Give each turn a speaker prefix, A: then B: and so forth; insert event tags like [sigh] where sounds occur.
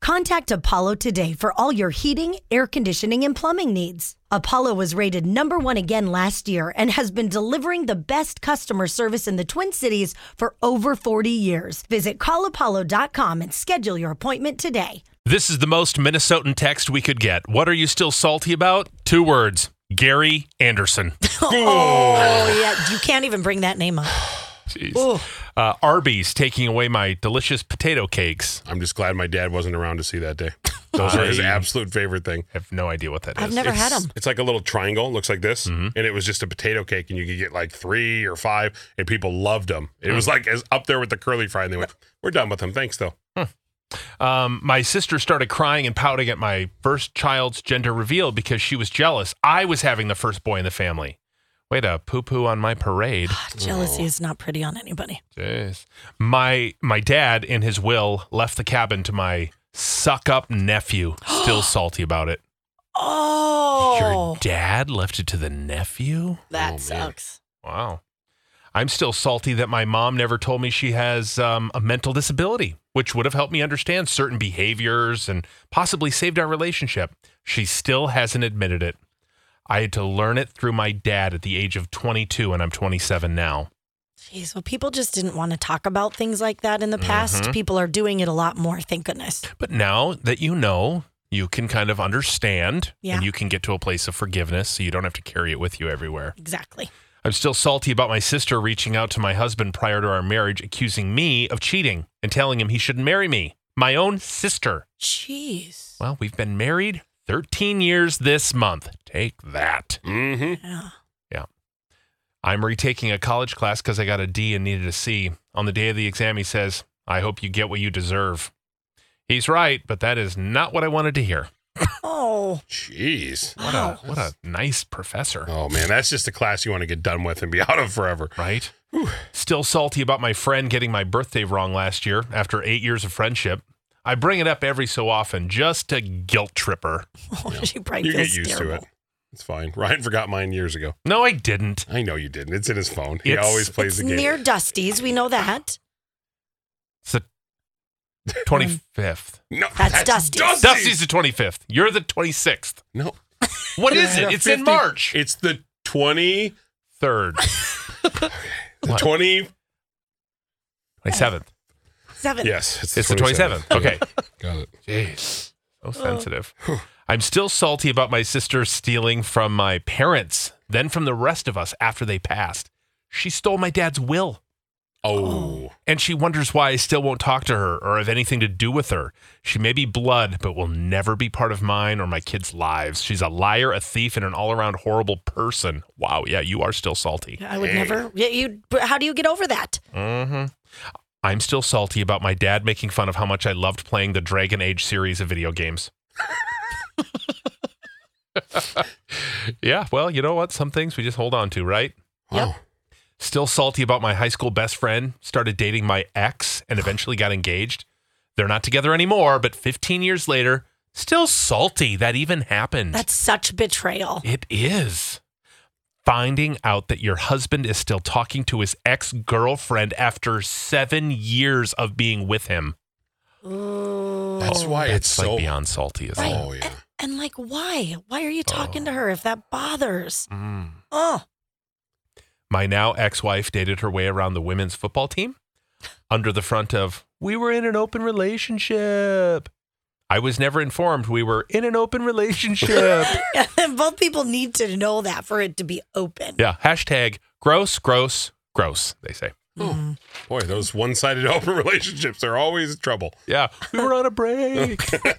A: Contact Apollo today for all your heating, air conditioning, and plumbing needs. Apollo was rated number one again last year and has been delivering the best customer service in the Twin Cities for over 40 years. Visit callapollo.com and schedule your appointment today.
B: This is the most Minnesotan text we could get. What are you still salty about? Two words Gary
A: [laughs]
B: Anderson.
A: Oh, yeah. You can't even bring that name up.
B: Jeez. Uh, Arby's taking away my delicious potato cakes.
C: I'm just glad my dad wasn't around to see that day. Those are his
B: I-
C: absolute favorite thing.
B: I have no idea what that
A: I've
B: is.
A: never had
C: It's-
A: them.
C: It's like a little triangle, looks like this,
B: Mm-hmm.
C: and it was just a potato cake, and you could get like three or five, and people loved them. It
B: Mm.
C: was like as up there with the curly fry, and they went, "We're done with them, thanks though."
B: Um, my sister started crying and pouting at my first child's gender reveal because she was jealous. I was having the first boy in the family. Way to poo poo on my parade.
A: Jealousy is not pretty on anybody.
B: Jeez. My my dad in his will left the cabin to my suck up nephew.
A: [gasps]
B: Still salty about it.
A: Oh,
B: Your dad left it to the nephew? Oh,
A: that sucks.
B: Wow. I'm still salty that my mom never told me she has um, a mental disability, which would have helped me understand certain behaviors and possibly saved our relationship. She still hasn't admitted it. I had to learn it through my dad at the age of 22, and I'm 27 now.
A: Jeez, well, people just didn't want to talk about things like that in the past. People are doing it a lot more, thank goodness.
B: But now that you know, you can kind of understand
A: Yeah.
B: and you can get to a place of forgiveness so you don't have to carry it with you everywhere.
A: Exactly.
B: I'm still salty about my sister reaching out to my husband prior to our marriage, accusing me of cheating and telling him he shouldn't marry me. My own sister.
A: Jeez.
B: Well, we've been married 13 years this month. Take that.
C: Mm-hmm.
A: Yeah.
B: I'm retaking a college class because I got a D and needed a C. On the day of the exam, he says, I hope you get what you deserve. He's right, but that is not what I wanted to hear.
A: Oh,
C: Jeez.
B: What
A: Wow.
B: a
A: [laughs]
B: what a nice professor,
C: Oh man, that's just a class you want to get done with and be [laughs] out of forever.
B: right? Still salty about my friend getting my birthday wrong last year after eight years of friendship. I bring it up every so often just to guilt trip her.
A: oh she probably
C: You
A: feels
C: get used
A: terrible.
C: to it. It's fine. Ryan forgot mine years ago.
B: No, I didn't.
C: I know you didn't. It's in his phone. He
B: It's-
C: always plays
A: It's
C: the game.
A: near Dusty's. We know that.
B: It's the 25th.
C: no,
A: That's Dusty's.
B: Dusty's the 25th. You're the 26th.
C: No,
B: What is it?
C: Yeah,
B: It's
C: 50
B: in March.
C: It's the twenty,
B: Third,
C: the
B: What?
C: twenty.
B: 27th.
A: Seven.
C: Yes, it's,
B: It's the 27th. Okay.
C: got it.
B: Jeez. So sensitive. I'm still salty about my sister stealing from my parents, then from the rest of us after they passed. She stole my dad's will.
C: Oh,
B: And she wonders why I still won't talk to her or have anything to do with her. She may be blood, but will never be part of mine or my kids' lives. She's a liar, a thief, and an all around horrible person. Wow. Yeah, you are still salty.
A: I would never. Yeah, you. How do you get over that?
B: hmm I'm still salty about my dad making fun of how much I loved playing the Dragon Age series of video games. [laughs] yeah, well, you know what? Some things we just hold on to, right?
C: wow.
B: Still salty about my high school best friend, started dating my ex and eventually got engaged. They're not together anymore, but 15 years later, still salty that even
C: Mm.
B: happened.
A: That's such betrayal.
B: It is. Finding out that your husband is still talking to his ex girlfriend after seven years of being with him.
A: Ooh.
C: That's why
B: That's
C: it's
B: like
C: so.
B: beyond salty, isn't
A: Right.
B: it?
C: Oh yeah. Oh.
A: And, and like, why? Why are you talking to her if that bothers?
B: Mm.
A: Oh, [laughs]
B: My now ex wife dated her way around the women's football team under the front of, we were in an open relationship. I was never informed we were in an open relationship.
A: and both people need to know that for it to be open.
B: yeah. Hashtag gross, gross, gross, they say.
C: Oh. [laughs] Boy, those one-sided open relationships are always trouble.
B: Yeah. We were on a break.